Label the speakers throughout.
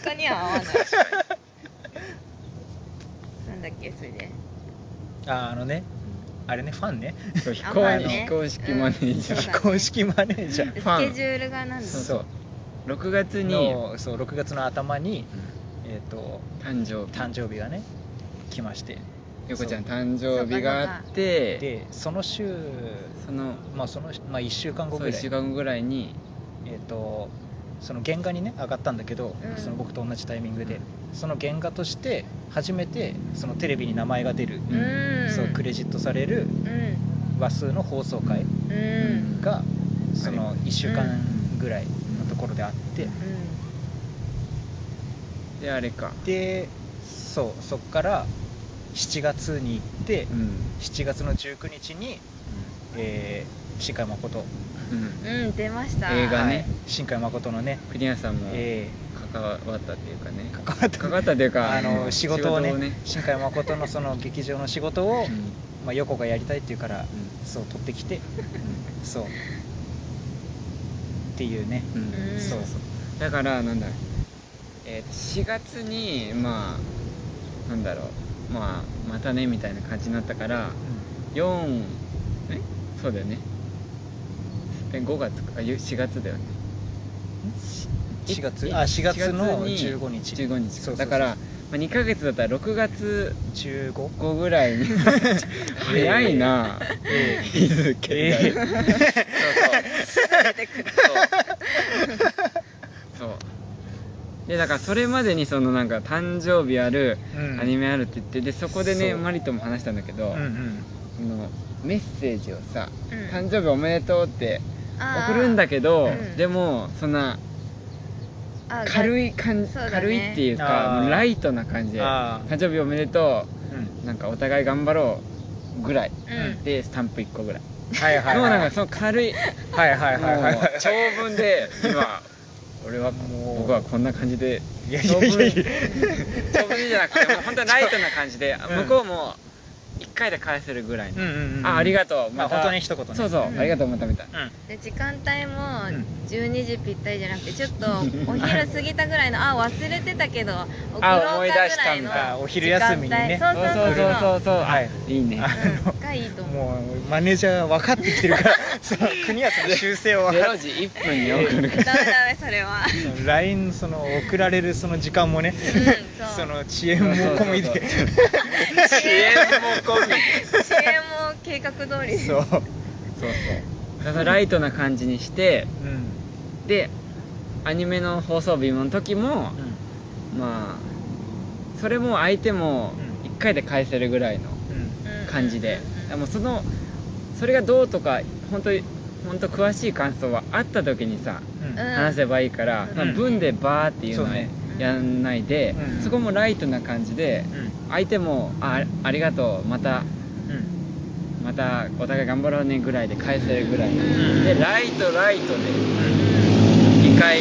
Speaker 1: カには合わないなんだっけそれで
Speaker 2: ああのねあれねファンね
Speaker 3: そう非
Speaker 1: あ
Speaker 3: 公
Speaker 1: まあ
Speaker 3: 非
Speaker 1: ね
Speaker 3: 公式マネージャ
Speaker 1: うんそうだね
Speaker 3: ー
Speaker 2: 非公式マネージャ
Speaker 1: スケ
Speaker 2: ー
Speaker 1: ジュールがなんだ
Speaker 3: そうう6月に
Speaker 2: のそう6月の頭に、
Speaker 3: うん
Speaker 2: えー、と
Speaker 3: 誕生日
Speaker 2: 誕生日がね来まして
Speaker 3: ゆうこちゃん誕生日があって
Speaker 2: でその週、
Speaker 3: その
Speaker 2: まあそのまあ、1週間後
Speaker 3: そ
Speaker 2: ぐ
Speaker 3: う
Speaker 2: らい
Speaker 3: 1週間後ぐらいに
Speaker 2: えー、とその原画にね上がったんだけど、
Speaker 1: うん
Speaker 2: その僕と同じタイミングでその原画として初めてそのテレビに名前が出る、
Speaker 3: うん
Speaker 1: うん
Speaker 2: そうクレジットされる
Speaker 1: うん
Speaker 2: 話数の放送回
Speaker 1: うん
Speaker 3: ん
Speaker 2: が
Speaker 3: うん
Speaker 2: その1週間ぐらいのところであって、
Speaker 3: であれか
Speaker 2: でそうそっから7月に行って、
Speaker 3: うん
Speaker 2: 7月の19日に、えー新海誠
Speaker 3: うん
Speaker 1: うん、うん、出ました
Speaker 3: 映画ね
Speaker 2: はい新海誠のね、
Speaker 3: クリアさんも
Speaker 2: え
Speaker 3: 関わったっていうかね
Speaker 2: ー関わった
Speaker 3: 関わったっていうか
Speaker 2: あの仕事をね
Speaker 3: 仕
Speaker 2: 新海誠のそ の劇場の仕事を、
Speaker 3: うん
Speaker 2: まあ、横がやりたいっていうから、
Speaker 3: ん
Speaker 2: そう取ってき てそうっていうね、
Speaker 3: うんうん
Speaker 1: うん
Speaker 2: そうそう
Speaker 3: だからなんだ、えー4月にまあなんだろうまあまたねみたいな感じになったから4えそうだよねえ5月かあゆ4月だよねえ
Speaker 2: 4月
Speaker 3: え
Speaker 2: あ4月の
Speaker 3: 4月に
Speaker 2: 15日
Speaker 3: 15日か
Speaker 2: そうそうそう
Speaker 3: だから、まあ、2ヶ月だったら6月
Speaker 2: 15?
Speaker 3: 後ぐら いに早いな
Speaker 2: ええ
Speaker 3: 日付が
Speaker 2: ええ
Speaker 3: そうそうそうそうでだからそれまでにそのなんか誕生日ある、
Speaker 2: うん
Speaker 3: アニメあるって言ってでそこでね
Speaker 2: そう
Speaker 3: マリとも話したんだけど、
Speaker 2: うんうん
Speaker 3: そのメッセージをさ、
Speaker 1: うん
Speaker 3: 誕生日おめでとう」って
Speaker 1: あー
Speaker 3: 送るんだけど、
Speaker 1: うん
Speaker 3: でもそんな軽い感じ、
Speaker 1: そうだね
Speaker 3: 軽いっていうか
Speaker 2: あー
Speaker 3: ライトな感じで「
Speaker 2: あー
Speaker 3: 誕生日おめでと
Speaker 2: うん
Speaker 3: う」なんかお互い頑張ろうぐらい、
Speaker 1: うん
Speaker 3: でスタンプ1個ぐらい、
Speaker 2: はいはい
Speaker 3: もう
Speaker 2: はい
Speaker 3: なんかその軽い
Speaker 2: はいはいはいはい
Speaker 3: もう長文で今俺は
Speaker 2: もう
Speaker 3: 僕はこんな感じで
Speaker 2: いやいやいやいや
Speaker 3: 長文長文じゃなくてもう本当ライトな感じで
Speaker 2: うん
Speaker 3: 向こうも1回で返せるぐらいの、
Speaker 2: うんうんうん
Speaker 3: あありがとう
Speaker 2: まあ
Speaker 3: また
Speaker 2: 本当に一言ね
Speaker 3: そうそう、
Speaker 1: うん
Speaker 3: ありがとうまたみたいな
Speaker 2: うん
Speaker 1: で時間帯も
Speaker 2: うん
Speaker 1: 12時ぴったりじゃなくてちょっ とお昼過ぎたぐらいのあ忘れてたけど送ろう
Speaker 3: あ
Speaker 1: か
Speaker 3: 思
Speaker 1: ぐ
Speaker 3: い出
Speaker 1: らい
Speaker 3: し
Speaker 1: の
Speaker 3: たんだ
Speaker 2: あお昼休みにね
Speaker 1: 時間帯そうそうそうそう
Speaker 3: そうそう
Speaker 2: はい
Speaker 3: あいいね
Speaker 2: あの
Speaker 1: うんがいいと思
Speaker 2: もうマネージャー分かってきてるからその国安の修正を分か
Speaker 3: 0
Speaker 2: っ
Speaker 3: 時1分に送るか
Speaker 1: ダメダメそれは
Speaker 2: その LINE その送られるその時間もね、
Speaker 1: うんそう
Speaker 2: その遅延も込みで
Speaker 3: そうそう ら支援も込み
Speaker 1: 支援も計画通りです
Speaker 2: そう
Speaker 3: そうそうだからライトな感じにして
Speaker 2: うんうん
Speaker 3: でアニメの放送日の時も、まあそれも相手も
Speaker 2: うん
Speaker 3: 1回で返せるぐらいの
Speaker 2: うん
Speaker 1: うん
Speaker 3: 感じで、
Speaker 1: うんうん
Speaker 3: でもそのそれがどうとか本当に本当詳しい感想はあった時にさ、
Speaker 2: うん
Speaker 1: うん
Speaker 3: 話せばいいから、
Speaker 1: うん
Speaker 3: まあ文でバーっていうの
Speaker 2: そ
Speaker 3: は
Speaker 2: うね
Speaker 3: やんないで、
Speaker 2: うん
Speaker 3: そこもライトな感じで、相手もあありがとうまた
Speaker 2: うん
Speaker 3: またお互い頑張ろうねぐらいで返せるぐらいの、
Speaker 1: うん
Speaker 3: でライトライトで2回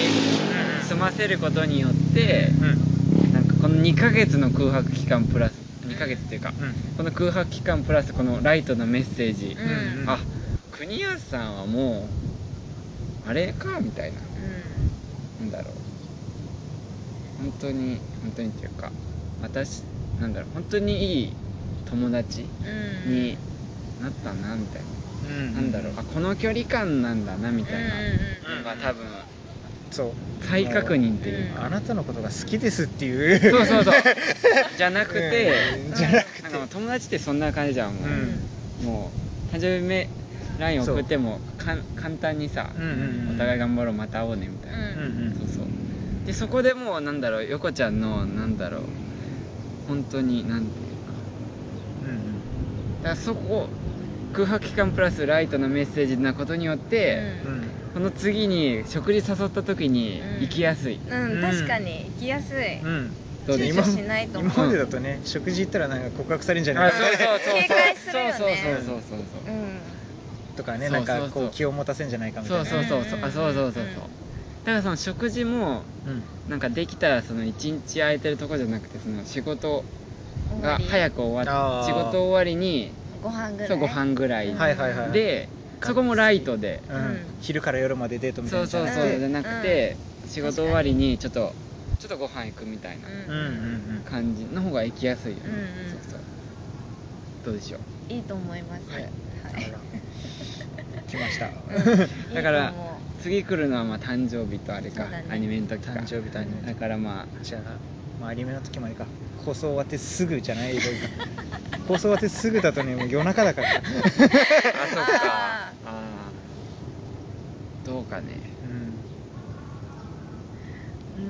Speaker 3: 済ませることによって、
Speaker 2: うん
Speaker 3: なんかこの2ヶ月の空白期間プラス2ヶ月っていうか、
Speaker 2: うん
Speaker 3: この空白期間プラスこのライトなメッセージ
Speaker 1: う、ん
Speaker 2: うん
Speaker 3: あ国安さんはもうあれかみたいな
Speaker 1: う
Speaker 3: なんだろう本当に本当にっていうか私なんだろう本当にいい友達
Speaker 1: んうん
Speaker 3: になったなみたい
Speaker 2: うん
Speaker 3: な、
Speaker 2: うん
Speaker 3: なんだろうあこの距離感なんだなみたいな
Speaker 1: うん
Speaker 3: のが多分
Speaker 2: そう
Speaker 3: 再確認っていう
Speaker 1: うん
Speaker 3: か、
Speaker 2: あなたのことが好きですっていう
Speaker 3: そうそう そうじゃなくて、
Speaker 2: うんじゃなく
Speaker 3: なんかもう友達ってそんな感じじゃんもう、もう誕生日め LINE 送ってもかん簡単にさ、
Speaker 2: うんうんうん
Speaker 3: お互い頑張ろうまた会おうねみたいな、
Speaker 1: うん
Speaker 2: うんうん
Speaker 3: そうそうでそこでもうなんだろう横ちゃんのなんだろう本当になんていうか
Speaker 2: うん
Speaker 3: だからそこ空白期間プラスライトなメッセージなことによって、
Speaker 2: うんうん
Speaker 3: この次に食事誘った時に
Speaker 1: うん
Speaker 3: 行きやすい、
Speaker 1: うん、
Speaker 2: うん
Speaker 1: 確かに行きやすい、
Speaker 2: うん
Speaker 3: どうで
Speaker 1: 躊
Speaker 3: す
Speaker 1: 躇
Speaker 3: か
Speaker 1: しないと思う
Speaker 2: 今までだとね、食事行ったらなんか告白されるんじゃな
Speaker 3: あ
Speaker 2: いか
Speaker 1: 警戒するよね
Speaker 3: そうそうそうそうそう
Speaker 1: うん
Speaker 2: とかね
Speaker 3: そう
Speaker 2: な
Speaker 3: そ
Speaker 2: ん
Speaker 3: うそう
Speaker 2: かこう気を持たせんじゃないかみたい
Speaker 3: そう
Speaker 2: な
Speaker 3: そうそうそうあそうそうそうそう
Speaker 1: うんうんうん
Speaker 3: だからその食事も
Speaker 2: うん
Speaker 3: なんかできたらその一日空いてるとこじゃなくてその仕事
Speaker 1: 終わ
Speaker 3: が
Speaker 1: り
Speaker 3: 早く終わ
Speaker 2: あ
Speaker 3: っ
Speaker 2: ー
Speaker 3: 仕事終わりに
Speaker 1: ご飯ぐらい
Speaker 3: そうご飯ぐらい
Speaker 2: はいはいはい
Speaker 3: でそこもライトで
Speaker 2: うん
Speaker 1: うん
Speaker 2: 昼から夜までデートみたい
Speaker 3: そ
Speaker 2: な
Speaker 3: う
Speaker 2: じ
Speaker 3: そう
Speaker 2: ゃ
Speaker 3: そ
Speaker 2: な
Speaker 3: う
Speaker 2: く
Speaker 3: じ
Speaker 2: て
Speaker 3: ゃなくて仕事終わりにちょっとちょっとご飯行くみたいな
Speaker 1: うん
Speaker 2: うんうん
Speaker 3: 感じの方が行きやすいよね、
Speaker 1: うんうん
Speaker 3: そうそうどうでしょう
Speaker 1: いいと思います。
Speaker 3: はい
Speaker 1: はい。
Speaker 2: 来ました
Speaker 1: うん
Speaker 3: だから
Speaker 1: いいと思う
Speaker 3: 次来るのはまあ誕生日とあれか、
Speaker 1: そうだね
Speaker 3: アニメの時か
Speaker 2: 誕生日とアニメの時
Speaker 3: だからまあ
Speaker 2: じゃあ、まあ、アニメの時もあれか放送終わってすぐじゃない映画放送終わってすぐだとねもう夜中だから
Speaker 3: あそうか
Speaker 1: あ
Speaker 3: あーどうかね
Speaker 2: うん
Speaker 1: う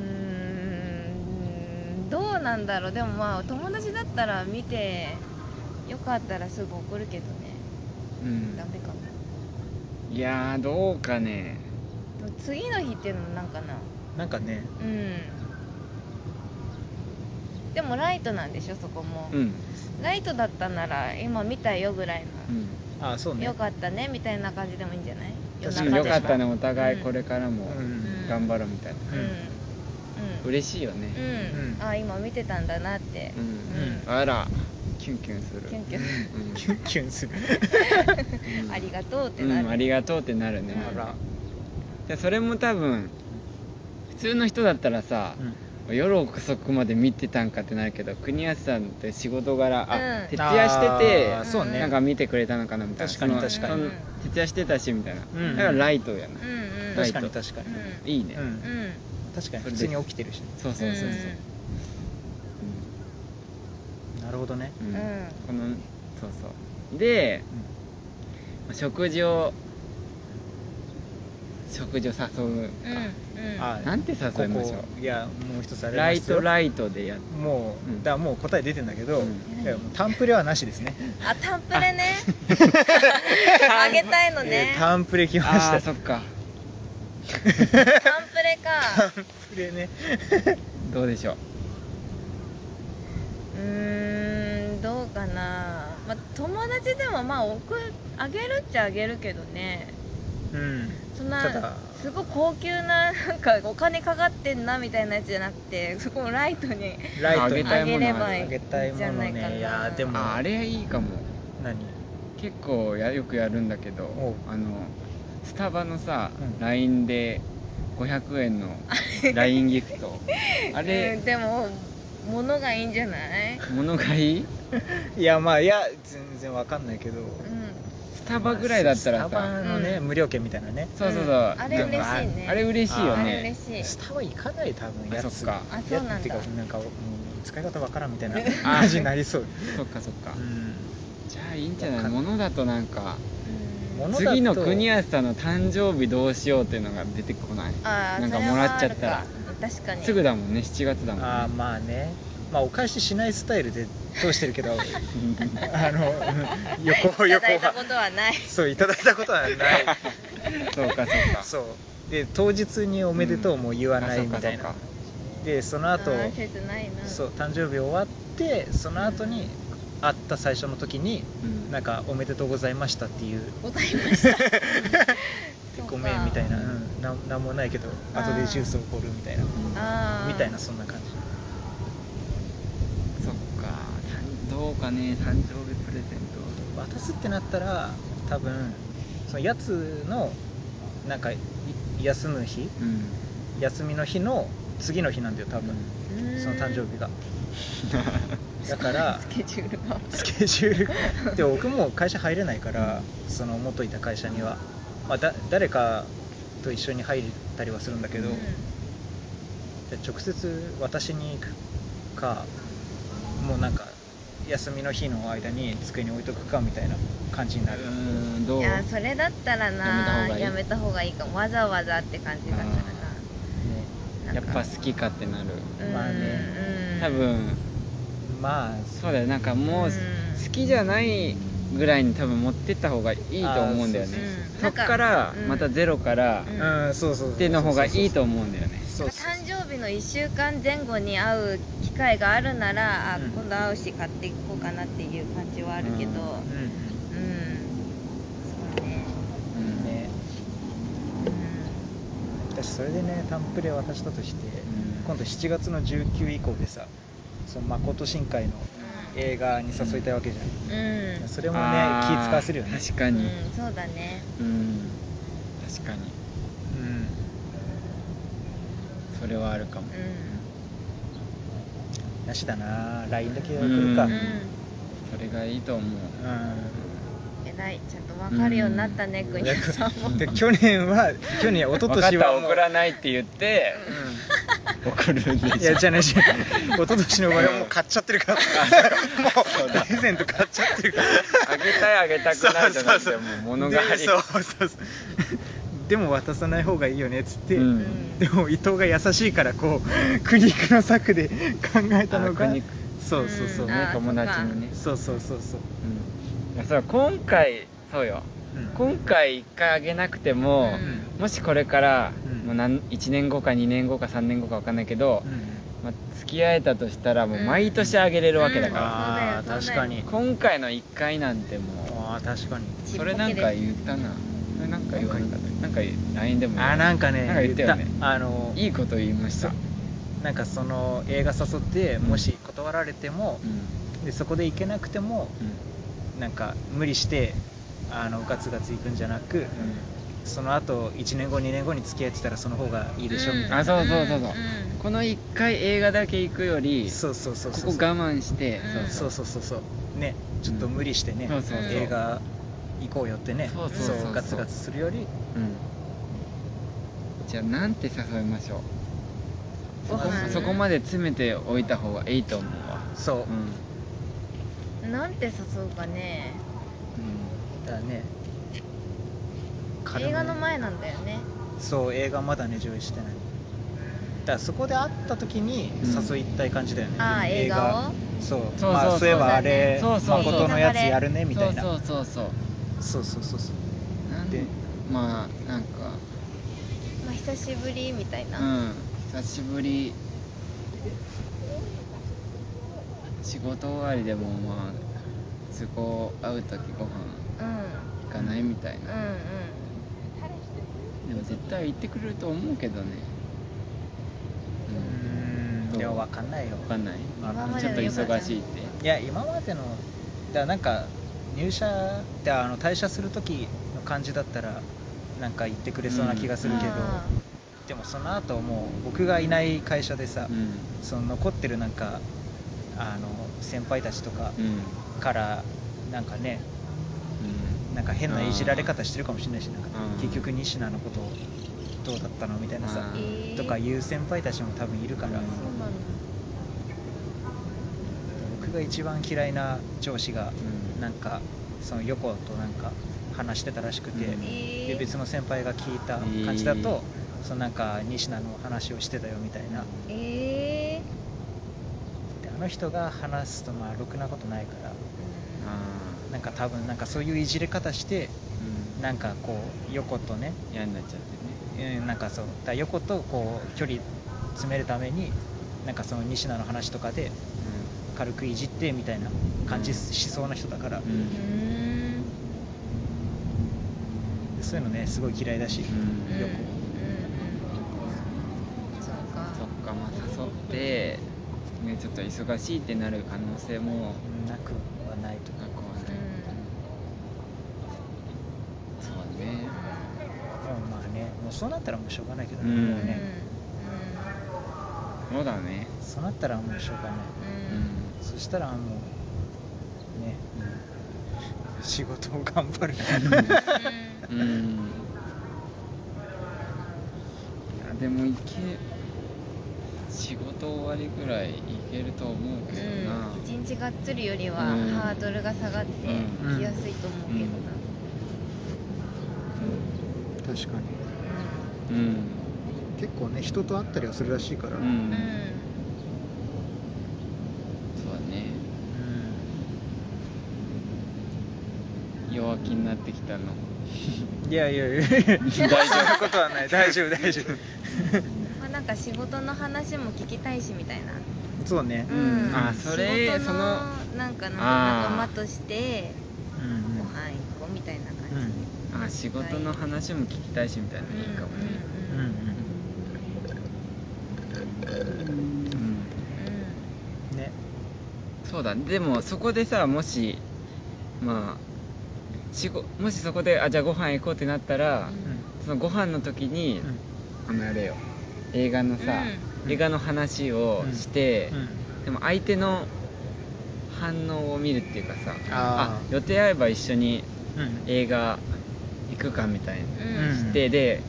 Speaker 1: ーんどうなんだろうでもまあ友達だったら見てよかったらすぐ送るけどね、
Speaker 3: うん
Speaker 1: ダメかない
Speaker 3: やーどうかね
Speaker 1: でも次の日っていうのもなんかな
Speaker 2: なんかね
Speaker 1: うんでもライトなんでしょそこも、
Speaker 3: うん
Speaker 1: ライトだったなら今見たよぐらいの、
Speaker 3: うん
Speaker 2: あそうね
Speaker 1: よかったねみたいな感じでもいいんじゃない
Speaker 2: 確
Speaker 3: う
Speaker 2: か
Speaker 3: ん
Speaker 2: に
Speaker 3: よかったねお互い
Speaker 1: うん
Speaker 3: これからも
Speaker 2: うん
Speaker 3: 頑張ろうみたいな、
Speaker 1: うんうん、うん
Speaker 3: 嬉しいよね
Speaker 1: うん
Speaker 2: うん
Speaker 1: あ今見てたんだなって
Speaker 3: うん、
Speaker 1: うん
Speaker 3: あらキュンキュンする
Speaker 1: キュンキ
Speaker 2: う
Speaker 1: ュン
Speaker 2: んキュンキュンする
Speaker 3: うん
Speaker 1: ありがとうって
Speaker 3: う
Speaker 1: なる、
Speaker 3: ん、ありがとうってなるね、
Speaker 1: うん
Speaker 2: あら、
Speaker 3: でそれも多分普通の人だったらさ、
Speaker 2: うん
Speaker 3: 夜遅くまで見てたんかってなるけど国安さんって仕事柄あ、
Speaker 1: うん
Speaker 3: 徹夜してて
Speaker 2: あー
Speaker 1: そうね
Speaker 3: なんか見てくれたのかなみたいな
Speaker 2: 確かに
Speaker 3: その
Speaker 2: 確かに
Speaker 3: その徹夜してたしみたいな、
Speaker 2: うん
Speaker 3: だからライトやな、
Speaker 1: うんうん
Speaker 3: ライ
Speaker 2: 確
Speaker 3: ト
Speaker 2: かに確か
Speaker 1: う
Speaker 2: に、
Speaker 1: ん
Speaker 3: いいね、
Speaker 2: うん
Speaker 1: うん
Speaker 2: 確かに
Speaker 3: そ
Speaker 2: 普
Speaker 3: れで
Speaker 2: 通に起きてるし
Speaker 3: そうそうそうそう、
Speaker 2: なるほどね、
Speaker 3: うんうん
Speaker 1: うん
Speaker 3: このそうそうでまあ食事を食事を誘うか、
Speaker 1: うんうん
Speaker 2: あ
Speaker 3: なんて誘いましょう
Speaker 2: ここいやもう一つあれ
Speaker 3: ライト
Speaker 2: イ
Speaker 3: ライトでやっ
Speaker 2: もう、
Speaker 3: うん
Speaker 2: だからもう答え出てんだけど、
Speaker 3: うん
Speaker 2: いやもうタンプレはなしですね
Speaker 1: あタンプレね あげたいのね
Speaker 2: えー
Speaker 1: タン
Speaker 2: タンプレ来まし
Speaker 3: ああ
Speaker 2: た
Speaker 3: ーそっか
Speaker 1: プレ
Speaker 2: タン
Speaker 1: か
Speaker 2: プレね
Speaker 3: どうでしょう
Speaker 1: うーんどうかな、まあ、友達でもまあ送あげるっちゃあげるけどね
Speaker 2: うん
Speaker 1: そんな
Speaker 2: ただ
Speaker 1: すごい高級ななんかお金かかってんなみたいなやつじゃなくてそこもライトに
Speaker 2: ライト
Speaker 3: あげ
Speaker 2: に
Speaker 3: たい
Speaker 1: あ
Speaker 3: もの
Speaker 1: げればいい
Speaker 2: あげたいも
Speaker 1: じゃ
Speaker 2: の
Speaker 1: ないかな
Speaker 2: ねいやーでも
Speaker 3: ああれいいかも
Speaker 2: 何
Speaker 3: 結構やよくやるんだけど
Speaker 2: おう
Speaker 3: あのスタバのさ、
Speaker 2: うん
Speaker 3: LINE で500円の LINE ギフトあ
Speaker 1: う
Speaker 3: れ
Speaker 1: んでも物がいいんじゃない、
Speaker 3: 物がいい
Speaker 2: いやまあいや全然わかんないけど
Speaker 1: う
Speaker 3: スタバぐらいだったら
Speaker 2: スタバ
Speaker 3: さ
Speaker 2: のね、
Speaker 1: うん
Speaker 2: 無料券みたいなね
Speaker 3: そうそうそう、
Speaker 1: うんあれ
Speaker 3: でも
Speaker 1: 嬉しいね
Speaker 3: あれ嬉しいよ
Speaker 1: あ
Speaker 3: ね
Speaker 1: れ嬉しい
Speaker 2: スタバ行かない多分やつ
Speaker 3: あそっか
Speaker 1: あそうなんだ
Speaker 2: やつっていうかなんかもう使い方わからんみたいな
Speaker 3: あ
Speaker 2: 感じになりそう
Speaker 3: そっかそっか、
Speaker 2: うん
Speaker 3: じゃあいいんじゃな
Speaker 2: わ
Speaker 3: い
Speaker 2: かんない
Speaker 3: 物だとなんか
Speaker 1: ん
Speaker 2: 物だと
Speaker 3: 次の国安さんの誕生日どうしようっていうのが出てこない
Speaker 1: あー
Speaker 3: なんか
Speaker 1: それは
Speaker 3: もらっちゃった
Speaker 1: あ
Speaker 3: ら
Speaker 1: るか確かに
Speaker 3: すぐだもんね7月だもんね
Speaker 2: ああまあねまあお返ししないスタイルで通してるけどあのうん横
Speaker 1: いた
Speaker 2: 横
Speaker 1: だいたこと
Speaker 2: は
Speaker 1: はない
Speaker 2: そういただいたことはない
Speaker 3: そうかそうか
Speaker 2: そうで当日におめでとうも言わない
Speaker 3: うん
Speaker 2: みたいな、
Speaker 3: あそっか
Speaker 2: でその後
Speaker 1: ー切ないな
Speaker 2: そう誕生日終わってその後に会った最初の時に
Speaker 3: うん
Speaker 2: なんか「おめでとうございました」っていう
Speaker 1: ございま した
Speaker 2: 「ごめん」みたいな、うん、ななんもないけど
Speaker 1: あー
Speaker 2: 後でジュースをおごるみたいな
Speaker 1: あー
Speaker 2: みたいなそんな感じ
Speaker 3: そっかたんどうかね誕生日プレゼント
Speaker 2: 渡すってなったら多分そのやつのなんかい休む日
Speaker 3: うん
Speaker 2: 休みの日の次の日なんだよ多分、
Speaker 1: うーん
Speaker 2: その誕生日がだから
Speaker 1: スケジュールが
Speaker 2: スケジュールで僕も会社入れないからその元いた会社には、まあ、だ誰かと一緒に入ったりはするんだけど、
Speaker 1: うん
Speaker 2: じゃあ直接渡しに行くかもうなんか休みの日の間に机に置いとくかみたいな感じになる、
Speaker 3: うんど
Speaker 1: い
Speaker 3: う
Speaker 1: やそれだったらな
Speaker 3: や
Speaker 1: やめ
Speaker 3: め
Speaker 1: た方がいいかもわざわざって感じがするな
Speaker 3: や
Speaker 1: な
Speaker 3: っ
Speaker 1: ん
Speaker 3: ぱ
Speaker 1: か
Speaker 3: 好きかってなる
Speaker 1: うん
Speaker 2: まあね
Speaker 1: うん
Speaker 3: 多分
Speaker 2: まあ
Speaker 3: そうだよなんかもう
Speaker 1: うん
Speaker 3: 好きじゃないぐらいに多分持ってった方がいいと思うんだよね
Speaker 1: あーそうそう
Speaker 3: そ
Speaker 1: そう
Speaker 3: っから
Speaker 1: うん
Speaker 3: またゼロから
Speaker 1: うん
Speaker 2: うん、そうそうそうそうそう
Speaker 3: っての方がいいと思うんだよね
Speaker 2: そうそう
Speaker 1: 誕生日の1週間前後に会う機会があるなら、あ
Speaker 2: うん
Speaker 1: 今度会うし買っていこうかなっていう感じはあるけど
Speaker 2: う
Speaker 3: うん
Speaker 2: んうん
Speaker 1: うん、そうね
Speaker 3: うん
Speaker 2: ね私それでねタンプレ渡したとして、
Speaker 3: うん
Speaker 2: 今度7月の19以降でさその誠深海の映画に誘いたいわけじゃ
Speaker 1: うんうん、
Speaker 2: ん、
Speaker 1: うん
Speaker 2: それもね
Speaker 3: あー
Speaker 2: 気使わせるよね
Speaker 3: 確かに
Speaker 1: うん、そうだね
Speaker 3: うん確かに
Speaker 2: うん
Speaker 3: それはあるかも
Speaker 1: うん
Speaker 2: なしだな LINE だけ送るか
Speaker 3: う
Speaker 2: うんん、
Speaker 3: それがいいと思う
Speaker 1: 偉いちゃんと分かるようになったね、国枝さんも
Speaker 2: で去年は去年一昨年は
Speaker 3: 分かった
Speaker 2: もう
Speaker 3: 送らないって言って送るんで
Speaker 2: うんい
Speaker 3: しょ
Speaker 2: やじゃないし一昨年の場合はもう買っちゃってるからもうプレゼント買っちゃってるから
Speaker 3: あげたいあげたくないじゃなくてもう物があり
Speaker 2: でそうそうそうでも渡さない方がいいよねっつって、
Speaker 3: うん
Speaker 1: うん
Speaker 2: でも伊藤が優しいからこう苦肉の策で考えたの
Speaker 3: あ
Speaker 2: が
Speaker 3: 苦肉
Speaker 2: そうそうそう、
Speaker 1: うん
Speaker 3: ね友達のね
Speaker 2: そうそうそうそう、
Speaker 3: うんいやそう今回そうよ
Speaker 2: うん
Speaker 3: 今回一回あげなくても、
Speaker 1: う
Speaker 3: もしこれから、
Speaker 2: うん
Speaker 3: もう何1年後か2年後か3年後か分かんないけど、
Speaker 2: うん
Speaker 3: まあ、付き合えたとしたらもう
Speaker 1: うん
Speaker 3: 毎年あげれるわけだか
Speaker 2: ああ
Speaker 1: そうだよそ
Speaker 2: 確
Speaker 1: うだよ
Speaker 2: かに
Speaker 3: ら、今回の1回なんても
Speaker 2: ああ確かに
Speaker 3: う
Speaker 1: ちっぽけです
Speaker 3: それなんか言ったなそれなんか言わなかったなんか LINE でも
Speaker 2: あーなんかね
Speaker 3: なんか言ったよね
Speaker 2: あの
Speaker 3: いいこと言いました、
Speaker 2: なんかその映画誘ってもし断られても
Speaker 3: う、ん
Speaker 2: でそこで行けなくても
Speaker 3: う
Speaker 2: なんか無理してあのガツガツ行くんじゃなく、その後1年後2年後に付き合ってたらその方がいいでしょ、みたい
Speaker 3: んあそうそうそうそう、
Speaker 1: ん
Speaker 3: この1回映画だけ行くより
Speaker 2: なそうそうそう
Speaker 3: こ
Speaker 2: そ
Speaker 3: こ
Speaker 2: う
Speaker 3: 我慢して、
Speaker 1: うん
Speaker 2: そうそうそうそうねちょっと無理してね、
Speaker 3: そうそうそう
Speaker 2: 映画行こうよってね
Speaker 3: そうそうそうそう
Speaker 2: ガツガツするより
Speaker 3: うんじゃあなんて誘いましょう
Speaker 1: ご飯
Speaker 3: そこまで詰めておいた方がいいと思うわ
Speaker 2: そう、
Speaker 3: う
Speaker 1: なんて誘うかね
Speaker 3: ん
Speaker 2: だからね軽め
Speaker 1: 映画の前なんだよね
Speaker 2: そう映画まだね上映してないだからそこで会った時に
Speaker 3: うん
Speaker 2: 誘いたい感じだよね、
Speaker 1: ああ映画を
Speaker 2: そう
Speaker 3: そう
Speaker 2: ま
Speaker 3: そう
Speaker 2: あそういえばあれ
Speaker 3: そうそうそう
Speaker 2: 誠のやつやるねみたいな
Speaker 3: そうそうそう
Speaker 2: そうそうそうそう
Speaker 3: そうなん
Speaker 2: で
Speaker 3: まあなんか
Speaker 1: まあ久しぶりみたいな、
Speaker 3: うん久しぶり仕事終わりでもまあそこ会う時ご飯
Speaker 1: うん、うん
Speaker 3: 行かないみたい
Speaker 1: うん
Speaker 3: な、でも絶対行ってくれると思うけどね
Speaker 2: うーんでも分かんないよ
Speaker 3: 分かんない
Speaker 2: わ
Speaker 1: 今
Speaker 2: かんな
Speaker 1: ま
Speaker 2: い
Speaker 3: ち
Speaker 1: で
Speaker 3: ょっ
Speaker 1: の
Speaker 3: と
Speaker 1: よかった
Speaker 3: 忙しいって
Speaker 2: いや今までのだからなんか入社ってあの退社する時の感じだったらなんか言ってくれそうな気がするけど、
Speaker 1: あ
Speaker 2: でもその後もう僕がいない会社でさ、
Speaker 3: うん
Speaker 2: その残ってるなんかあの先輩たちとか
Speaker 3: うん
Speaker 2: からなんかねなんか変ないじられ方してるかもしれないしなんか
Speaker 3: うん
Speaker 2: 結局西野のことどうだったのみたいなさ
Speaker 1: ーえー、
Speaker 2: とかいう先輩たちも多分いるから
Speaker 1: そう
Speaker 3: うん
Speaker 1: なんだ
Speaker 2: 僕が一番嫌いな上司が
Speaker 3: うん
Speaker 2: なんかその横となんか話してたらしくて、
Speaker 3: うん
Speaker 1: えー、
Speaker 2: で別の先輩が聞いた感じだと、そのなんか西名の話をしてたよみたいな
Speaker 1: え
Speaker 2: であの人が話すとまあろくなことないから
Speaker 1: ー
Speaker 3: あ
Speaker 2: なんか多分なんかそういういじれ方して
Speaker 3: ー
Speaker 2: なんかこう横とね、
Speaker 3: うん嫌になっちゃってね
Speaker 2: うん、なんかそうだから横とこう距離詰めるためになんかその西名の話とかで軽くいじってみたいな感じしそうな人だから、
Speaker 3: うん
Speaker 1: うーん
Speaker 2: でそういうのねすごい嫌いだし、
Speaker 3: うん
Speaker 1: うんうん
Speaker 2: よ
Speaker 1: うん
Speaker 2: く
Speaker 1: そうか
Speaker 3: そっかまあ誘って、ね、ちょっと忙しいってなる可能性も
Speaker 2: なくはないとか
Speaker 3: なくはない、そうね
Speaker 2: でもまあねもうそうなったらもうしょうがないけど
Speaker 3: うん
Speaker 2: ね、もう
Speaker 1: うんうん
Speaker 2: ね
Speaker 3: そうだね
Speaker 2: そうなったらもうしょうがない
Speaker 1: うん
Speaker 2: そしたらもうね仕事を頑張る
Speaker 3: うん、うん、いやでもいけ仕事終わりぐらいいけると思うけどな、
Speaker 1: うん一日がっつりよりは
Speaker 3: うん
Speaker 1: ハードルが下がって
Speaker 3: うん
Speaker 1: 来やすいと思うけどな
Speaker 2: 確かに
Speaker 3: うん
Speaker 2: 結構ね人と会ったりはするらしいから
Speaker 3: う、
Speaker 1: うんん
Speaker 3: そうだね弱気になってきたの
Speaker 2: いやいやいや大
Speaker 3: 丈夫
Speaker 2: そんなことはない大丈夫大丈夫
Speaker 1: まあなんか仕事の話も聞きたいしみたいな
Speaker 2: そうね
Speaker 1: う
Speaker 3: うん
Speaker 1: ん
Speaker 3: あそれ
Speaker 1: 仕事
Speaker 3: その
Speaker 1: のなんかなん
Speaker 3: あー
Speaker 1: か仲間として
Speaker 2: うん
Speaker 1: ご
Speaker 2: うん
Speaker 1: 飯行こうみたいな感じ
Speaker 3: あ仕事の話も聞きたいしみたいなのいいかもね
Speaker 2: うん
Speaker 3: うん、
Speaker 2: うんね
Speaker 3: そうだでもそこでさもしまあしごもしそこであじゃあご飯行こうってなったら、
Speaker 1: うん
Speaker 3: そのご飯の時に、
Speaker 2: うん
Speaker 3: あのあれよ映画のさ、
Speaker 2: うん
Speaker 3: 映画の話をして、
Speaker 2: うん
Speaker 3: でも相手の反応を見るっていうかさ
Speaker 2: あー
Speaker 3: 予定合えば一緒に
Speaker 2: うん
Speaker 3: 映画行くかみたいな
Speaker 1: うん
Speaker 3: して、で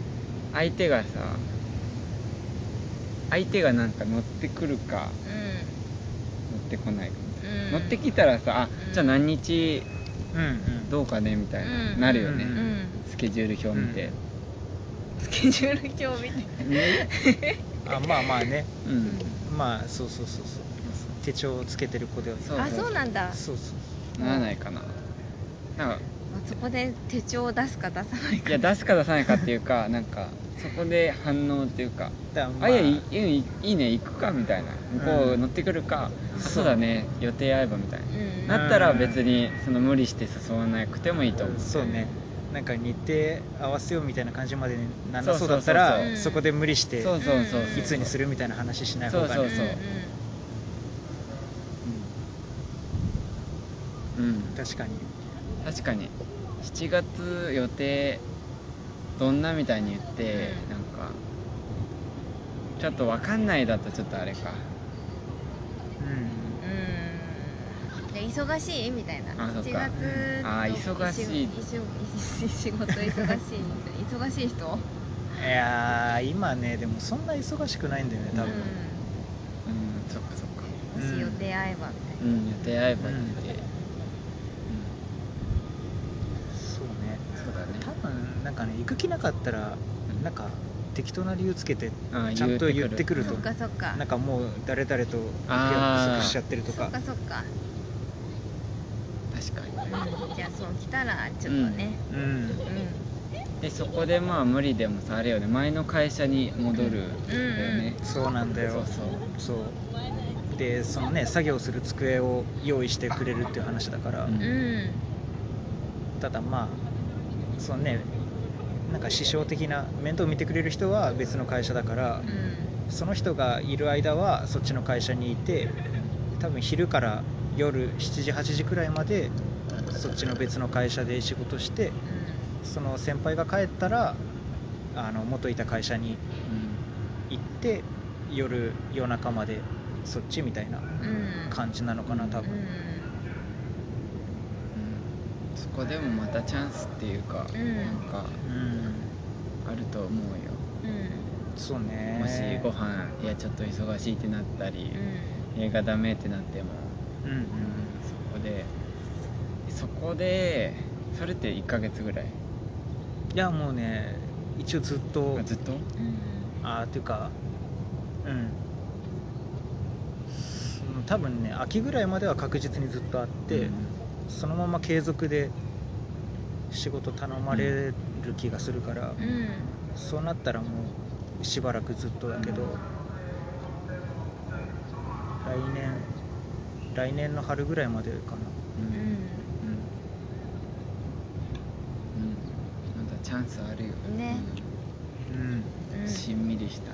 Speaker 3: 相手がさ相手がなんか乗ってくるか乗ってこないかみたいな、
Speaker 1: うん
Speaker 3: 乗ってきたらさあ
Speaker 1: うん
Speaker 3: じゃあ何日
Speaker 2: うんうん
Speaker 3: どうかねみたいな、
Speaker 1: うん
Speaker 3: なるよね、
Speaker 2: う
Speaker 1: うん、うん、
Speaker 3: スケジュール表見て、
Speaker 1: スケジュール表見て
Speaker 3: ね
Speaker 2: あまあまあね
Speaker 3: うん
Speaker 2: まあそうそうそうそう手帳をつけてる子では
Speaker 3: そう
Speaker 1: あそうなんだ、
Speaker 2: そうそう
Speaker 3: ならないかななんか
Speaker 1: まあ、そこで手帳を出すか出さない
Speaker 3: い
Speaker 1: か
Speaker 3: や出すか出さないかっていう かなんかそこで反応っていうか
Speaker 2: だから
Speaker 3: 「
Speaker 2: ま
Speaker 3: あいやいいいいいね行くか」みたいな向こう乗ってくるか「
Speaker 2: うん
Speaker 3: そうだね予定合えば」みたいな、
Speaker 1: うん
Speaker 3: なったら別にその無理して誘わなくてもいいと思う
Speaker 2: そうねなんか日程合わせようみたいな感じまでならなそうだったら
Speaker 3: そう
Speaker 1: そうそう
Speaker 2: そこで無理して
Speaker 3: そうそうそう
Speaker 1: うん
Speaker 2: いつにするみたいな話しない方がね
Speaker 3: そうそううん
Speaker 2: 確かに
Speaker 3: 確かに7月予定どんなみたいに言って
Speaker 1: うん
Speaker 3: なんかちょっと分かんないだとちょっとあれか
Speaker 2: う
Speaker 1: うん、うんで忙しいみたいな
Speaker 3: あそっか
Speaker 1: 7月
Speaker 3: あー忙しい
Speaker 1: 一緒一緒仕事忙しい忙しい人
Speaker 2: んいやー今ねでもそんな忙しくないんだよね多分
Speaker 3: うんそっかそっか
Speaker 1: うん、もし予定合えばみたいな
Speaker 3: うん予定合えばいいって、
Speaker 2: うんそうね
Speaker 3: そうだね
Speaker 2: 多分なんかね行く気なかったら
Speaker 3: うん
Speaker 2: なんか適当な理由つけて
Speaker 3: あー
Speaker 2: ちゃんと言ってくる
Speaker 1: そ
Speaker 2: と
Speaker 1: っかそっか
Speaker 2: なんかもう誰々と
Speaker 3: あー
Speaker 2: 約束しちゃってると
Speaker 1: そっ
Speaker 2: か
Speaker 1: かそっか、
Speaker 3: 確かに
Speaker 1: うん、じゃあそう来たらちょっとね
Speaker 2: う
Speaker 1: う
Speaker 2: ん
Speaker 1: ん、
Speaker 3: でそこでまあ無理でもさあれよね前の会社に戻るんだよね、
Speaker 2: そうなんだよ
Speaker 3: そうそ
Speaker 2: そ
Speaker 3: う
Speaker 2: うでそのね作業する机を用意してくれるっていう話だから、
Speaker 3: うん
Speaker 1: うん
Speaker 2: ただまあそのねなんか師匠的な面倒見てくれる人は別の会社だから、その人がいる間はそっちの会社にいて多分昼から夜7時8時くらいまでそっちの別の会社で仕事してその先輩が帰ったらあの元いた会社に行って夜夜中までそっちみたいな
Speaker 1: うんうん
Speaker 2: 感じなのかな多
Speaker 1: う
Speaker 2: 分、
Speaker 3: うんそこでもまたチャンスっていうか、
Speaker 1: うん
Speaker 3: なんか
Speaker 2: うん、
Speaker 3: あると思うよ、
Speaker 1: んうん
Speaker 2: そうね
Speaker 3: もしご飯いやちょっと忙しいってなったり、映画ダメってなっても、
Speaker 2: うんうん
Speaker 3: うんそこでそこでそれって1ヶ月ぐらい
Speaker 2: いやもうね一応ずっと
Speaker 3: あずっと
Speaker 1: うん
Speaker 2: あーっていうかうんうん多分ね秋ぐらいまでは確実にずっとあって、
Speaker 3: うん
Speaker 2: そのまま継続で仕事頼まれる気がするから、
Speaker 1: うん
Speaker 2: そうなったらもうしばらくずっとだけど、来年来年の春ぐらいまでか
Speaker 3: う
Speaker 1: うんん
Speaker 3: うんうんまだチャンスあるよ
Speaker 1: ね
Speaker 2: なうん
Speaker 3: うんしんみりした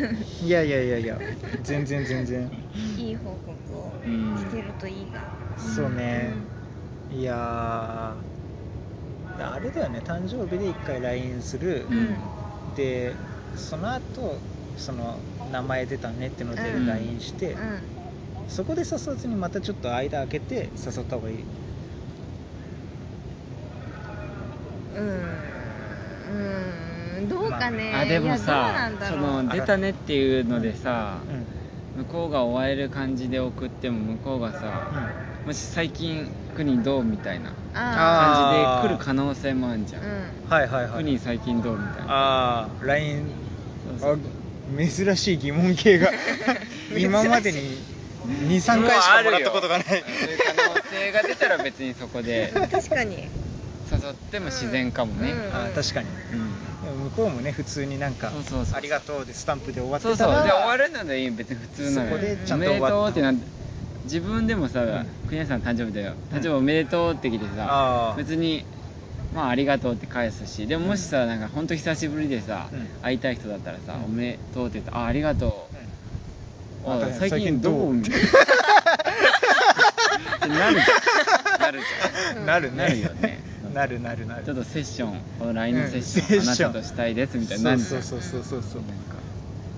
Speaker 3: な、
Speaker 2: いやいやいやいや全然全然
Speaker 1: うん、いい報告を
Speaker 3: うん
Speaker 1: 聞けるといいが、
Speaker 2: そうね、いやーあれだよね誕生日で1回 LINE する、
Speaker 1: うん
Speaker 2: でその後その名前出たねってので
Speaker 1: うん
Speaker 2: LINE して、
Speaker 1: うん、
Speaker 2: そこで誘わずにまたちょっと間空けて誘った方がいい
Speaker 1: うん、うん、どうかね、
Speaker 3: あでも
Speaker 1: いや
Speaker 3: さ
Speaker 1: どうなんだ
Speaker 3: そ
Speaker 1: ろう
Speaker 3: の出たねっていうのでさ
Speaker 2: うん、うん
Speaker 3: 向こうが終われる感じで送っても向こうがさもし最近クニどうみたいな
Speaker 1: あ
Speaker 2: あー
Speaker 3: 感じで来る可能性もあるじゃ
Speaker 1: あ
Speaker 3: ん
Speaker 1: う
Speaker 2: はいはいは
Speaker 3: ク
Speaker 2: い
Speaker 3: ニ最近どうみたいな
Speaker 2: ああ LINE
Speaker 3: そ
Speaker 2: あ
Speaker 3: うそう
Speaker 2: 珍しい疑問 系が今までに23回しかもらったことがない
Speaker 3: そういう可能性が出たら別にそこ
Speaker 1: ん
Speaker 3: で
Speaker 1: 確かに
Speaker 3: 誘っても自然かもね、
Speaker 1: うん
Speaker 2: あー確かに
Speaker 3: うん
Speaker 2: でも向こうもね普通になんか
Speaker 3: そうそうそう
Speaker 2: ありがとう」でスタンプで終わってた
Speaker 3: そう
Speaker 2: ら
Speaker 3: そうで終わるのでいい別に普通なのよ
Speaker 2: そこでちゃんと
Speaker 3: おめ
Speaker 2: 終
Speaker 3: でと
Speaker 2: わ
Speaker 3: う
Speaker 2: っ
Speaker 3: ってな自分でもさ、
Speaker 2: うん
Speaker 3: クニさん誕生日だよ
Speaker 2: うん
Speaker 3: 誕生日おめでとうって来て
Speaker 2: あ
Speaker 3: さ、
Speaker 2: ー
Speaker 3: 別にまあありがとうって返すしでももしさ、なんか本当久しぶりでさ、
Speaker 2: うん
Speaker 3: 会いたい人だったらさ、
Speaker 2: うん
Speaker 3: おめでとうって言ってあありがとう、
Speaker 2: うん
Speaker 3: あ
Speaker 2: またね
Speaker 3: 最
Speaker 2: 最近
Speaker 3: 近
Speaker 2: ど
Speaker 3: ど
Speaker 2: う
Speaker 3: うみ たいななるじゃんなる
Speaker 1: う
Speaker 3: じ
Speaker 1: ん
Speaker 2: なるね
Speaker 3: なるよね
Speaker 2: なるなるな
Speaker 3: ゃ
Speaker 2: る
Speaker 3: んちょっとセッションこの LINE のセッシ
Speaker 2: うん
Speaker 3: ョン、
Speaker 2: セッション
Speaker 3: あなたとしたいですみたいにな
Speaker 2: そう
Speaker 3: るじ
Speaker 2: そ
Speaker 3: ゃ
Speaker 2: うんそうそうそうそう
Speaker 3: なんか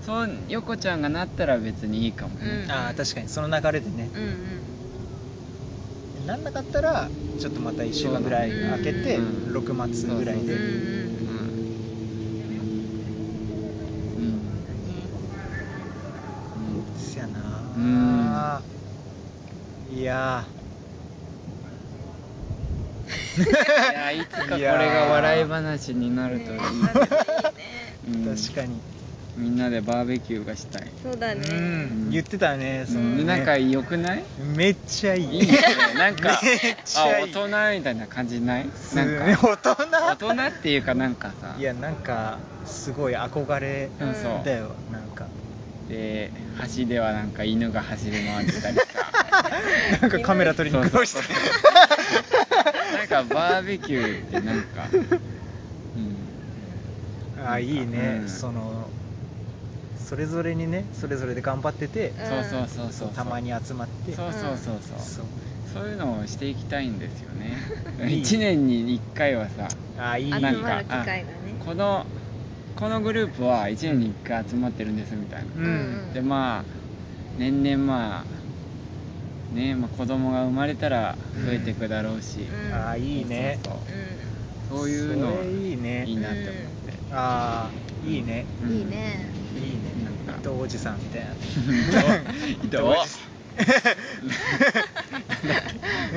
Speaker 3: そう横ちゃんがなったら別にいいかもね、
Speaker 1: うん
Speaker 2: ああ確かにその流れでね
Speaker 1: うんうん
Speaker 2: なんなかったらちょっとまた1週間ぐらい空けて
Speaker 3: うん
Speaker 2: 6月ぐらい
Speaker 1: うんう
Speaker 2: で
Speaker 3: うん
Speaker 1: ん
Speaker 3: うん
Speaker 2: そやなーいや
Speaker 3: いやいつかこれが笑い話になるといい、
Speaker 1: ねえ楽しいね
Speaker 3: うん
Speaker 2: ー 確かに
Speaker 3: みんなでバーベキューがしたい、
Speaker 1: そうだね
Speaker 2: うん言ってたねそのね
Speaker 3: なんか良くない
Speaker 2: めっちゃいい
Speaker 3: いいねなんか
Speaker 2: めっち
Speaker 3: あ
Speaker 2: ゃ
Speaker 3: 大
Speaker 2: いい
Speaker 3: 人みたいな感じない
Speaker 2: すごい
Speaker 3: なんか
Speaker 2: 大
Speaker 3: 大
Speaker 2: 人
Speaker 3: 人っていうかなんかさ
Speaker 2: いやなんかすごい憧れ
Speaker 3: うんそう
Speaker 2: だよなん か
Speaker 3: で橋ではなんか犬が走り回ってたりさ
Speaker 2: なんかカメラ撮りに苦労して
Speaker 3: そうそうなんかバーベキューってなんか、う ん、
Speaker 2: あーいいね、
Speaker 3: うん
Speaker 2: そのそれぞれにねそれぞれで頑張ってて、
Speaker 3: そうそうそうそう
Speaker 2: たまに集まって
Speaker 3: そうそうそうそう
Speaker 2: そ
Speaker 3: そうういうのをしていきたいんですよ ね
Speaker 2: いい
Speaker 3: 1年に1回はさ
Speaker 2: あーいい
Speaker 1: 集
Speaker 3: な
Speaker 1: ま
Speaker 3: ん
Speaker 1: る
Speaker 3: か
Speaker 1: 機会がね
Speaker 3: このこのグループは1年に1回集まってるんですみたいな
Speaker 2: うん
Speaker 1: うん
Speaker 3: でまあ年々まあねまあ子供が生まれたら増えていくだろうし、
Speaker 1: うん
Speaker 2: あーいいね
Speaker 3: そう
Speaker 1: う
Speaker 3: そうそういうの
Speaker 2: それいいね
Speaker 3: いいなって思って、
Speaker 2: ああいいね
Speaker 1: ん
Speaker 3: うん
Speaker 1: いいね
Speaker 2: いいね
Speaker 3: うん
Speaker 2: 伊藤おじさんみたいな
Speaker 3: 伊藤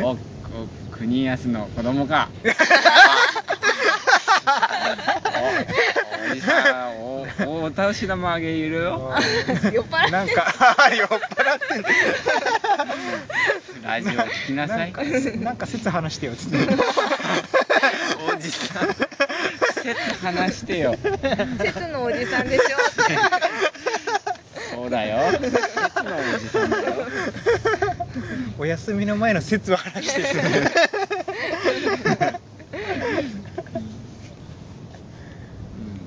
Speaker 3: おお国安の子供かおおじさんおお年玉あげるよ
Speaker 1: 酔っ払って
Speaker 2: なんかあー酔っ払ってんだ
Speaker 3: ラジオ聞きなさい
Speaker 2: んかなんか説話してよつって
Speaker 3: おじさんせっ話してよ
Speaker 1: 節のおじさんでしょ
Speaker 3: そうだよ節のおじさんだよ
Speaker 2: お休みの前の説話してする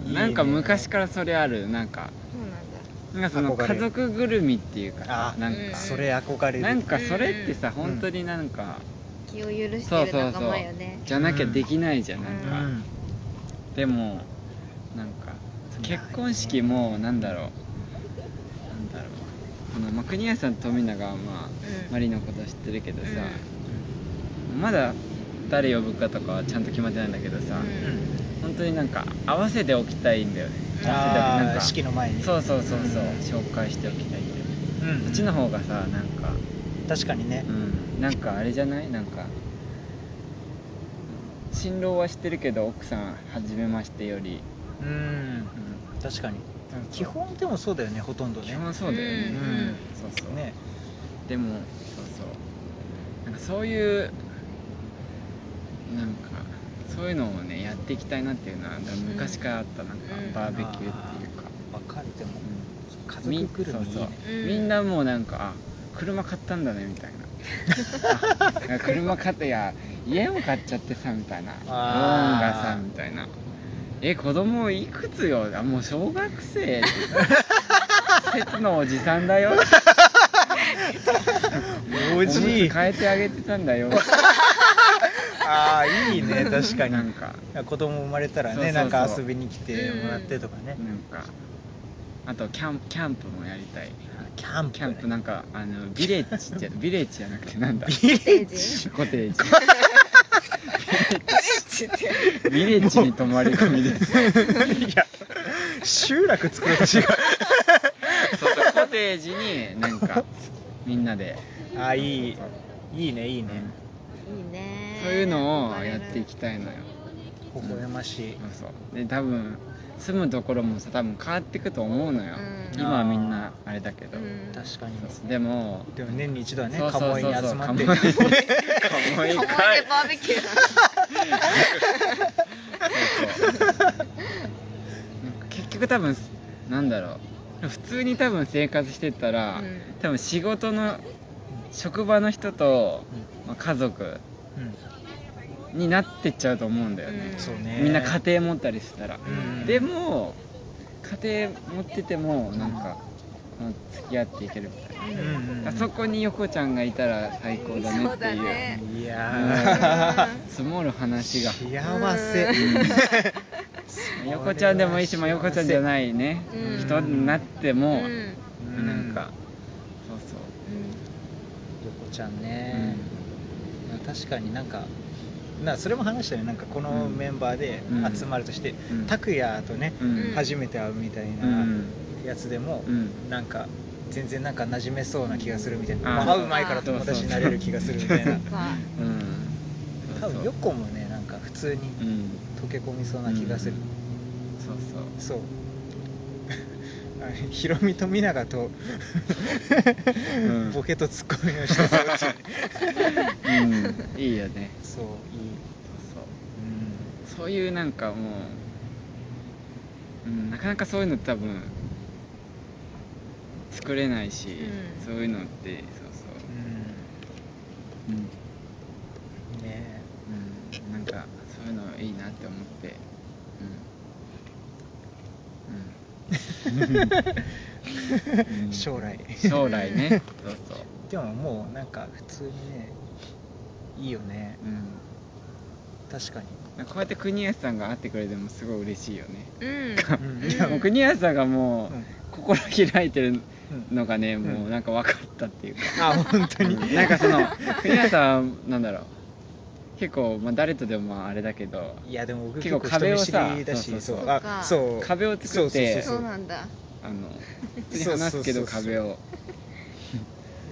Speaker 3: うんなんか昔からそれあるなんか
Speaker 1: そう なんだ
Speaker 3: なんか
Speaker 2: 憧
Speaker 3: その
Speaker 2: れ
Speaker 3: 家族ぐるみっていうかさ
Speaker 2: あ
Speaker 3: なん
Speaker 1: うん
Speaker 3: か
Speaker 2: それ憧れる
Speaker 3: なんかそれってさ、
Speaker 2: ん
Speaker 3: 本当になんか、
Speaker 1: 気を許し
Speaker 3: そ
Speaker 1: て
Speaker 3: う
Speaker 1: る
Speaker 3: そうそ
Speaker 1: 仲
Speaker 3: う
Speaker 1: 間よね
Speaker 3: じゃなきゃできないじゃん、
Speaker 1: うん
Speaker 2: う
Speaker 3: なんか、
Speaker 2: ん
Speaker 3: でもなんか結婚式もなんだろうなんだろうこの、まあ、国谷さんと富永はまあ、
Speaker 1: うん
Speaker 3: マリのこと知ってるけどさ、まだ誰呼ぶかとかはちゃんと決まってないんだけどさ、
Speaker 1: うん
Speaker 3: 本当になんか合わせておきたいんだよね
Speaker 1: うん
Speaker 3: 合わせて
Speaker 2: あ
Speaker 3: な
Speaker 2: ー
Speaker 3: んか
Speaker 2: 式の前に
Speaker 3: そうそうそうそう紹介しておきたいんだよね、
Speaker 2: うん
Speaker 3: そっちの方がさなんか
Speaker 2: 確かにね
Speaker 3: うんなんかあれじゃないなんか新郎は知ってるけど奥さん初めましてより、
Speaker 2: うん、
Speaker 3: う
Speaker 2: 確かに基本でもそうだよねほとんど
Speaker 3: ん、
Speaker 2: ね
Speaker 3: 基本そうだよね、
Speaker 1: うん
Speaker 3: そうそう
Speaker 2: ね
Speaker 3: でもそうそうなんかそういうなんかそういうのをねやっていきたいなっていうのはなんか昔からあったなんか
Speaker 1: うん
Speaker 3: バーベキューっていうか、
Speaker 2: わかるでも家
Speaker 3: み
Speaker 2: 族ぐるみいい
Speaker 3: そう
Speaker 2: ね
Speaker 3: そう、
Speaker 1: うん
Speaker 3: みんなもうなんかあ車買ったんだねみたいなあいや車買っていや家も買っちゃってさみたいなローン
Speaker 2: あー
Speaker 3: がさみたいなえ子供いくつよあもう小学生節のおじさんだよ
Speaker 2: お
Speaker 3: おむ
Speaker 2: じ
Speaker 3: つ
Speaker 2: い
Speaker 3: 変えてあげてたん だよ
Speaker 2: ああいい ね確かに
Speaker 3: なんか
Speaker 2: 子供生まれたらね
Speaker 3: そうそうそう
Speaker 2: なんか遊びに来てもらってとかね、
Speaker 3: なんかあとキャンキャンプもやりたい
Speaker 2: キャンプ、ね、
Speaker 3: キャン プなんかあのビレッジってビレッジじゃなくてなんだ
Speaker 2: ビレッジ
Speaker 3: コテージ。ビレッジに泊まり込みです。
Speaker 2: いや集落作るら しいか
Speaker 3: そうそうコテージになんかみんなで、
Speaker 2: らあーいいいいねい
Speaker 1: いい
Speaker 2: いね
Speaker 1: ね
Speaker 3: そういうのをやっていきたいのよ。
Speaker 2: 微笑ましい
Speaker 3: そうそう。で多分住むところもさ多分変わっていくと思うのよ。
Speaker 1: うん
Speaker 3: 今はみんなあれだけど。
Speaker 1: うん
Speaker 2: 確かに
Speaker 3: そうでも。
Speaker 2: でも年に一度はね
Speaker 3: そうそう
Speaker 2: 鴨
Speaker 3: そう
Speaker 2: 居に
Speaker 3: そう
Speaker 2: 集まって
Speaker 3: 鴨
Speaker 1: 思
Speaker 3: 居に
Speaker 1: い
Speaker 3: 鴨居
Speaker 1: 出バ
Speaker 3: 会
Speaker 1: ーベキュー
Speaker 3: そうそうなんか結局多分なんだろう普通に多分生活してたら、
Speaker 1: うん
Speaker 3: 多分仕事の職場の人と、まあ、家族になってっちゃうと思うんだよ
Speaker 2: う
Speaker 3: ね
Speaker 2: ん、そうね
Speaker 3: みんな家庭持ったりした
Speaker 2: う
Speaker 3: ら、
Speaker 2: ん
Speaker 3: でも家庭持っててもなんか、まあ付き合っていけるみたいな、
Speaker 2: うんうんうん
Speaker 3: あそこに横ちゃんがいたら最高だね
Speaker 1: そ
Speaker 3: っ
Speaker 1: う
Speaker 3: てい
Speaker 1: だ
Speaker 3: う
Speaker 1: ね
Speaker 2: いや
Speaker 3: 積もる話が
Speaker 2: ー幸せ
Speaker 1: うん
Speaker 2: そ
Speaker 3: 真横ちゃんでもいいし真横ちゃんじゃないね、
Speaker 1: うん
Speaker 3: 人になっても、
Speaker 1: うん
Speaker 2: うん
Speaker 3: なんかそうそう
Speaker 2: 横ちゃんね、まあ確かになんかなそれも話したよねなんかこの
Speaker 3: うん
Speaker 2: メンバーで
Speaker 3: うん
Speaker 2: 集まるとして
Speaker 3: うん
Speaker 2: 拓哉、とね、
Speaker 3: うん
Speaker 2: 初めて会うみたいな
Speaker 3: うん
Speaker 2: やつでも、
Speaker 3: うん
Speaker 2: なんか全然なんか馴染めそうな気がするみたいな、
Speaker 3: あー
Speaker 2: まあ、会う前から友達になれる気がするみたいな
Speaker 1: そっか
Speaker 3: うん
Speaker 2: 多分
Speaker 3: く
Speaker 2: 横もねなんか普通に
Speaker 3: うん
Speaker 2: 溶け込みそうな気がする、
Speaker 3: うんそうそ
Speaker 2: そう
Speaker 3: う
Speaker 2: あれヒロミとミナガと
Speaker 3: うん
Speaker 2: ボケとツッコミをしてそう っていうね
Speaker 3: うん、いいよね
Speaker 2: そういい、
Speaker 3: そう
Speaker 2: う
Speaker 3: そうそういうなんかもう、うん、なかなかそういうのって多分作れないし、
Speaker 1: うん
Speaker 3: そういうのってそうそ
Speaker 2: ん
Speaker 3: う、うん
Speaker 2: うん、ね
Speaker 3: うん、なんかそういうのいいなって思ってうん、うん
Speaker 2: 将来
Speaker 3: 将来ねそうそう
Speaker 2: でももうなんか普通にねいいよね
Speaker 3: うん
Speaker 2: 確かに
Speaker 3: なんかこうやって国安さんが会ってくれてもすごい嬉しいよね
Speaker 1: うん
Speaker 2: うん
Speaker 3: いやもう国安さんがも
Speaker 2: うん
Speaker 3: う心開いてるのがね、
Speaker 2: ん
Speaker 3: もうなんか分かったっていうか、
Speaker 2: あ本当に
Speaker 3: うんなんかその国安さんはなんだろう結構、まあ、誰とでもまああれだけど
Speaker 2: いやでも僕
Speaker 3: 結
Speaker 2: 結構
Speaker 3: 構
Speaker 2: 人見知
Speaker 3: 壁をさ
Speaker 2: りだし
Speaker 3: そうそうそ
Speaker 1: そ
Speaker 3: う
Speaker 1: っ
Speaker 2: あ
Speaker 1: か
Speaker 2: そう
Speaker 3: 壁を作って
Speaker 2: そう
Speaker 1: そう
Speaker 2: そうそう
Speaker 1: なんだ
Speaker 3: あの普通に話すけど
Speaker 2: そうそうそうそう
Speaker 3: 壁を、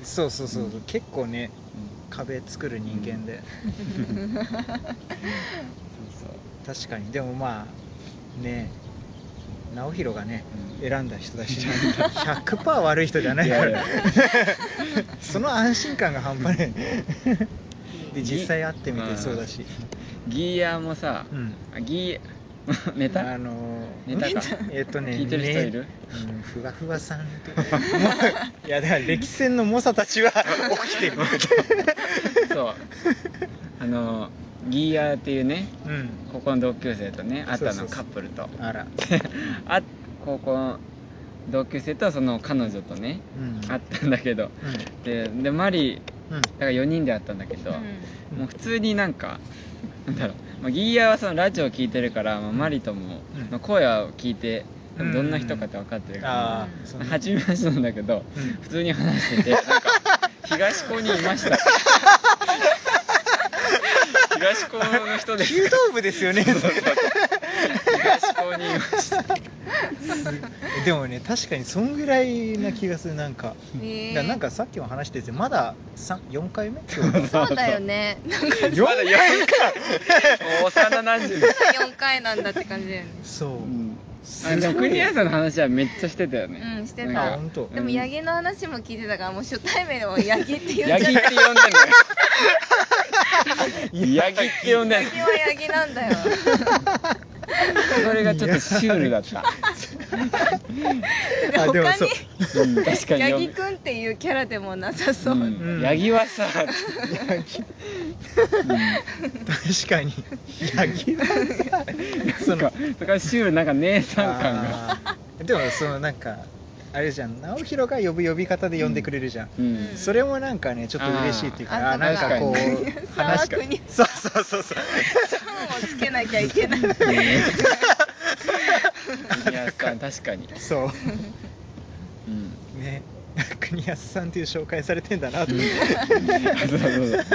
Speaker 2: そうそうそうそう結構ね
Speaker 3: うん
Speaker 2: 壁作る人間で、
Speaker 3: そうそう
Speaker 2: 確かにでもまあね直弘がね、
Speaker 3: うん
Speaker 2: 選んだ人だし100%悪い人じゃないから
Speaker 3: いやい
Speaker 2: その安心感が半端ないで実際会ってみて
Speaker 3: あー
Speaker 2: そうだし、
Speaker 3: ギーヤーもさ、
Speaker 2: うん
Speaker 3: あギー ネタ
Speaker 2: あのー
Speaker 3: ネタか
Speaker 2: えっとね
Speaker 3: 聞いてる人いる
Speaker 2: ねうん、ふわふわさんとも ういやだから歴戦の猛者たちは 起きてる
Speaker 3: そうあのギーヤーっていうね
Speaker 2: うん
Speaker 3: 高校の同級生とね会った
Speaker 2: そうそう
Speaker 3: の
Speaker 2: そう
Speaker 3: カップルと
Speaker 2: あら、
Speaker 3: あ高校の同級生とその彼女とね
Speaker 2: うん、
Speaker 3: 会ったんだけど
Speaker 2: う
Speaker 3: ででマリ
Speaker 2: んうん
Speaker 3: だから4人で会ったんだけど、
Speaker 2: うん
Speaker 3: もう普通になんかなんだろう、まあ、ギーヤーはそのラジオ聞いてるから、まあ、マリとも、
Speaker 2: うん
Speaker 3: まあ、声は聞いて
Speaker 2: うん
Speaker 3: どんな人かって分かってるから、
Speaker 2: ああそうね
Speaker 3: 初めましてなんだけど、
Speaker 2: うん
Speaker 3: 普通に話しててなんか東高にいました 東高の人です
Speaker 2: 弓道部ですよね
Speaker 3: 東高にいまし た
Speaker 2: でもね確かにそんぐらいな気がするなんか、
Speaker 1: ねえ
Speaker 2: だからなんかさっきも話しててまだ4回目
Speaker 1: そうだよねなんか
Speaker 2: 4回
Speaker 3: もう幼なじみ、
Speaker 1: 4回なんだって感じだよね
Speaker 2: そう、
Speaker 3: うん、
Speaker 2: す
Speaker 3: あ
Speaker 2: ごい
Speaker 3: でも国谷さんの話はめっちゃしてたよね
Speaker 1: うんしてた
Speaker 3: なんか
Speaker 2: あ本当
Speaker 1: でも八木の話も聞いてたからもう初対面でも八木って言っちゃった
Speaker 3: ヤギって呼んでんのよヤギって呼んでん
Speaker 1: 八木は八木なんだよ
Speaker 3: のそれがちょっとシュールだった
Speaker 2: あでも
Speaker 1: 他
Speaker 2: そう
Speaker 1: に
Speaker 3: うん確かに
Speaker 1: 八木くんっていうキャラでもなさそう、
Speaker 3: うんヤギはさ
Speaker 2: 確かにヤギだ
Speaker 3: そのそこはシュールなんか姉さん感が
Speaker 2: あーでもそのなんかあれじゃん直弘が呼ぶ呼び方で呼んでくれるじゃん、
Speaker 3: うん
Speaker 2: それもなんかねちょっと嬉しいっていうか
Speaker 1: あー
Speaker 2: あーなんかこ
Speaker 3: あそう
Speaker 2: う
Speaker 1: か沢
Speaker 2: 話が
Speaker 1: 国
Speaker 2: そうそうそうそう
Speaker 1: シャンをつけなきゃいけないうん
Speaker 3: 国谷さん確かに
Speaker 2: そう
Speaker 3: うん
Speaker 2: ね国安さんっていう紹介されてんだなと思って
Speaker 3: あそうそうそう確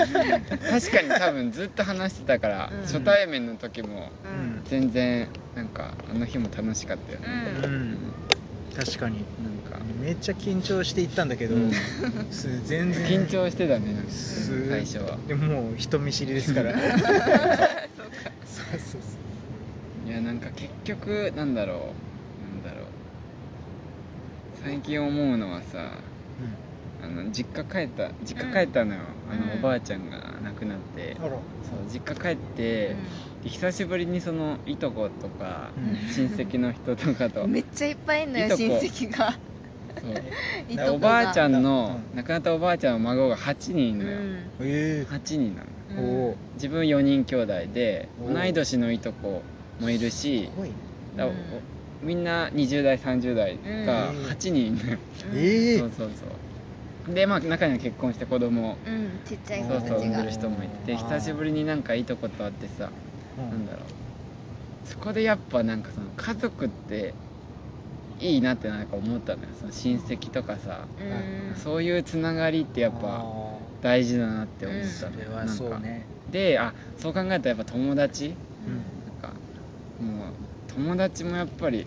Speaker 3: かに多分ずっと話してたから、
Speaker 1: うん
Speaker 3: 初対面の時も
Speaker 2: うん
Speaker 3: 全然なんかあの日も楽しかったよ
Speaker 1: う
Speaker 3: ね、
Speaker 2: うんん確かに
Speaker 3: なんか
Speaker 2: めっちゃ緊張していったんだけど、
Speaker 3: うん
Speaker 2: す全然
Speaker 3: 緊張してたねなんか
Speaker 2: す
Speaker 3: 最初は
Speaker 2: でももう人見知りですからそうそう
Speaker 3: いやなんか結局なんだろうなんだろう最近思うのはさ
Speaker 2: そ
Speaker 3: あの実家帰った実家帰ったのよ、
Speaker 1: うん
Speaker 3: あの
Speaker 1: うん
Speaker 3: おばあちゃんが亡くなって、
Speaker 2: う、うん、あら
Speaker 3: そう実家帰って、で久しぶりにそのいとことか、
Speaker 2: うん
Speaker 3: 親戚の人とか と
Speaker 1: めっちゃいっぱいいんだ
Speaker 3: い
Speaker 1: よ
Speaker 3: と
Speaker 1: 親
Speaker 3: こ
Speaker 1: 戚が
Speaker 3: そう
Speaker 1: い
Speaker 3: で
Speaker 1: とこが
Speaker 3: おばあちゃんの、
Speaker 2: うん
Speaker 3: 亡くなったおばあちゃんの孫が8人いるのよ、
Speaker 1: うん
Speaker 2: え
Speaker 3: 8人なの
Speaker 1: うん
Speaker 2: おお
Speaker 3: 自分4人兄弟で
Speaker 2: お
Speaker 3: 同い年のいとこもいるし
Speaker 2: すごいね
Speaker 3: だ
Speaker 1: うん
Speaker 3: みんな20代30代が
Speaker 2: うん
Speaker 3: 8人いるのよ、
Speaker 2: ええ
Speaker 3: そうそうそうでまあ中には結婚して子供
Speaker 1: うんちっちゃい
Speaker 3: そ
Speaker 1: 子
Speaker 3: う
Speaker 1: た
Speaker 3: そう
Speaker 1: ち
Speaker 3: 産ん
Speaker 1: が
Speaker 3: でる人もいて
Speaker 2: あー
Speaker 3: 久しぶりになんかいいとこと会ってさ、
Speaker 2: うん
Speaker 3: なんだろうそこでやっぱなんかその家族っていいなってなんか思ったのよその親戚とかさ、
Speaker 1: うん
Speaker 3: そういうつながりってやっ
Speaker 2: あ
Speaker 3: ぱ
Speaker 2: ー
Speaker 3: 大事だなって思った
Speaker 2: そ
Speaker 3: の
Speaker 2: れ
Speaker 3: よ、
Speaker 2: は
Speaker 3: なんか
Speaker 2: そうね
Speaker 3: であそう考えたらやっぱ友達
Speaker 2: うん
Speaker 3: なんかもう友達もやっぱり